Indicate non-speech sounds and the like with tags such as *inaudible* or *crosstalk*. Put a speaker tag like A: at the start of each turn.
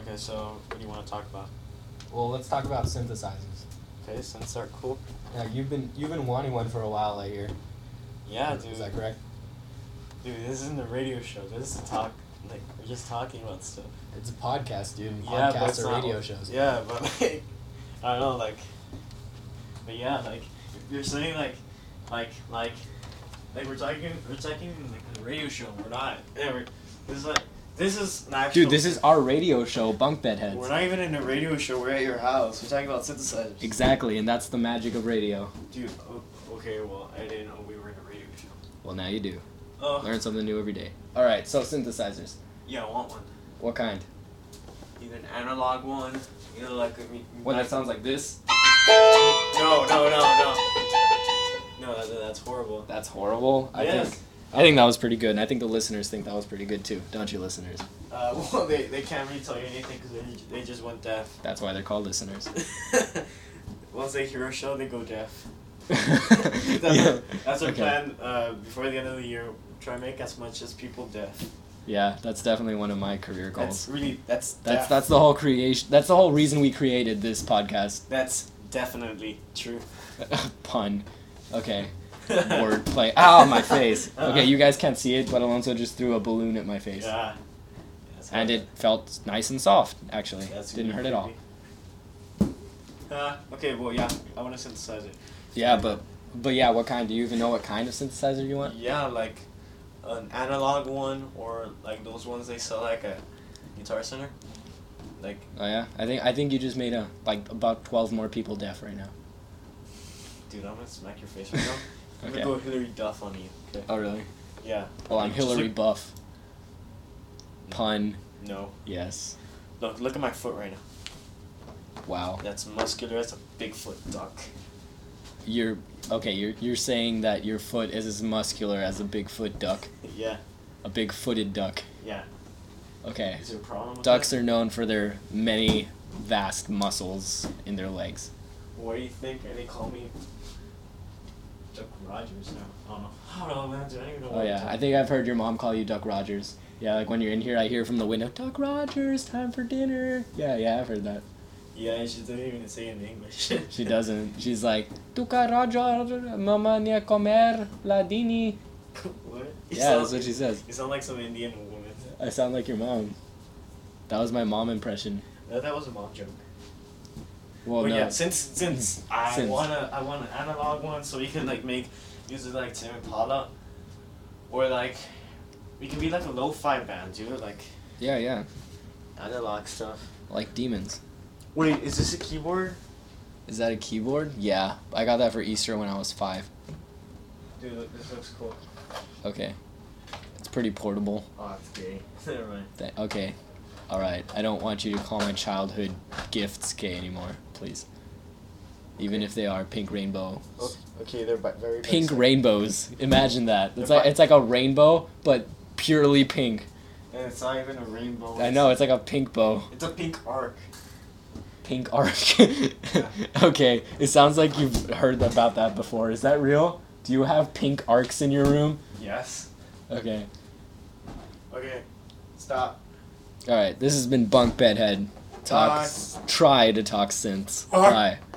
A: Okay, so what do you want to talk about?
B: Well, let's talk about synthesizers.
A: Okay, synths are cool.
B: Yeah, you've been you've been wanting one for a while, I hear.
A: Yeah, dude.
B: Is that correct?
A: Dude, this isn't a radio show. This is a talk. Like we're just talking about stuff.
B: It's a podcast, dude. and
A: yeah, but
B: Podcasts
A: it's
B: are
A: not-
B: radio shows.
A: Yeah, but *laughs* like, I don't know, like, but yeah, like you're saying, like, like, like, like we're talking, we're talking like a radio show. We're not. Yeah, we're, this is like this is an actual.
C: Dude, this is our radio show, Bunk Bed
A: We're
C: Heads.
A: not even in a radio show. We're at your house. We're talking about synthesizers.
C: Exactly, and that's the magic of radio.
A: Dude, o- okay, well, I didn't know we were in a radio show.
C: Well, now you do.
A: Oh,
C: Learn something new every day. All right, so synthesizers.
A: yeah, I want one.
C: What kind?
A: Either an analog one, either like a. me-
C: One that sounds like this.
A: No, no, no, no. No, that, that's horrible.
C: That's horrible. I
A: yes.
C: think I think that was pretty good, and I think the listeners think that was pretty good too, don't you, listeners?
A: Uh, *laughs* well, they, they can't really tell you anything because they, they just went deaf.
C: That's why they're called listeners.
A: *laughs* Once they hear a show, they go
C: *laughs*
A: deaf. *laughs* That's,
C: yeah.
A: that's our
C: Okay.
A: plan uh, before the end of the year. Try to make as much as people deaf.
C: yeah, that's definitely one of my career
A: That's
C: goals.
A: really that's
C: That's
A: def-
C: that's the whole creation. That's the whole reason we created this podcast. *laughs*
A: that's definitely true.
C: Pun.
A: *laughs*
C: Okay. *laughs* Wordplay. Ow, my face.
A: Uh-uh.
C: Okay, you guys can't see it, but Alonso just threw a balloon at my face.
A: Yeah. That's
C: And
A: how-
C: it felt nice and soft, actually.
A: that's
C: Didn't hurt at all.
A: creepy. Uh, okay, well, yeah, I want to synthesize it.
C: Yeah, but but yeah, what kind? Do you even know what kind of synthesizer you want?
A: Yeah, like an analog one or like those ones they sell like a Guitar Center. Like
C: Oh yeah, I think I think you just made a like about twelve more people deaf right now.
A: Dude, I'm gonna smack your face
C: *laughs*
A: right now. I'm
C: Okay.
A: gonna go Hillary Duff on you. Okay.
C: Oh really?
A: Yeah.
C: Well, I'm
A: Like, just
C: Hillary
A: look-
C: Buff. Pun.
A: no.
C: Yes.
A: Look, look at my foot right now.
C: Wow.
A: That's muscular as a Bigfoot duck. *laughs*
C: You're okay. You're you're saying that your foot is as muscular as a bigfoot duck,
A: yeah,
C: a big-footed duck.
A: yeah.
C: Okay.
A: Is there a problem with
C: Ducks
A: that?
C: are known for their many vast muscles in their legs.
A: What do you think? And they call me Duck Rogers now. I don't know. I don't know, man. Dude, I don't even know
C: Oh yeah, I think I've heard your mom call you Duck Rogers. Yeah, like when you're in here, I hear from the window, Duck Rogers, time for dinner. Yeah, yeah, I've heard that.
A: Yeah, she doesn't even say it in English.
C: *laughs* She doesn't. She's like, Duca Rogers, mama ne comer ladini.
A: *laughs* what? You
C: Yeah,
A: sound-
C: that's what she says.
A: You sound like some Indian woman.
C: I sound like your mom. That was my mom impression.
A: That, that was a mom joke.
C: Well,
A: but
C: no.
A: yeah, since since I
C: Since.
A: wanna I want an analog one so we can like make music like Tim Impala, or like we can be like a lo-fi band, you know, like
C: Yeah, yeah.
A: analog stuff.
C: Like demons.
A: Wait, is this a keyboard?
C: Is that a keyboard? Yeah, I got that for Easter when I was five.
A: Dude, look, this looks cool.
C: Okay, it's pretty portable.
A: Oh, it's gay. *laughs* Never mind.
C: Th- okay, all right. I don't want you to call my childhood gifts gay anymore, please. Even if they are pink rainbow.
A: Oh, Okay, they're bi- very
C: Pink
A: basic.
C: rainbows. Imagine that. It's
A: They're
C: like
A: bi-
C: it's like a rainbow, but purely pink.
A: And it's not even a rainbow.
C: I
A: it's-
C: know it's like a pink bow,
A: It's a pink arc.
C: pink arc. *laughs* okay, it sounds like you've heard about that before. Is that real? Do you have pink arcs in your room?
A: Yes.
C: Okay.
A: Okay. Stop.
C: All right. This has been Bunk Bedhead. Talk.
A: Bye.
C: Try to talk synths.
A: Bye.
C: Bye.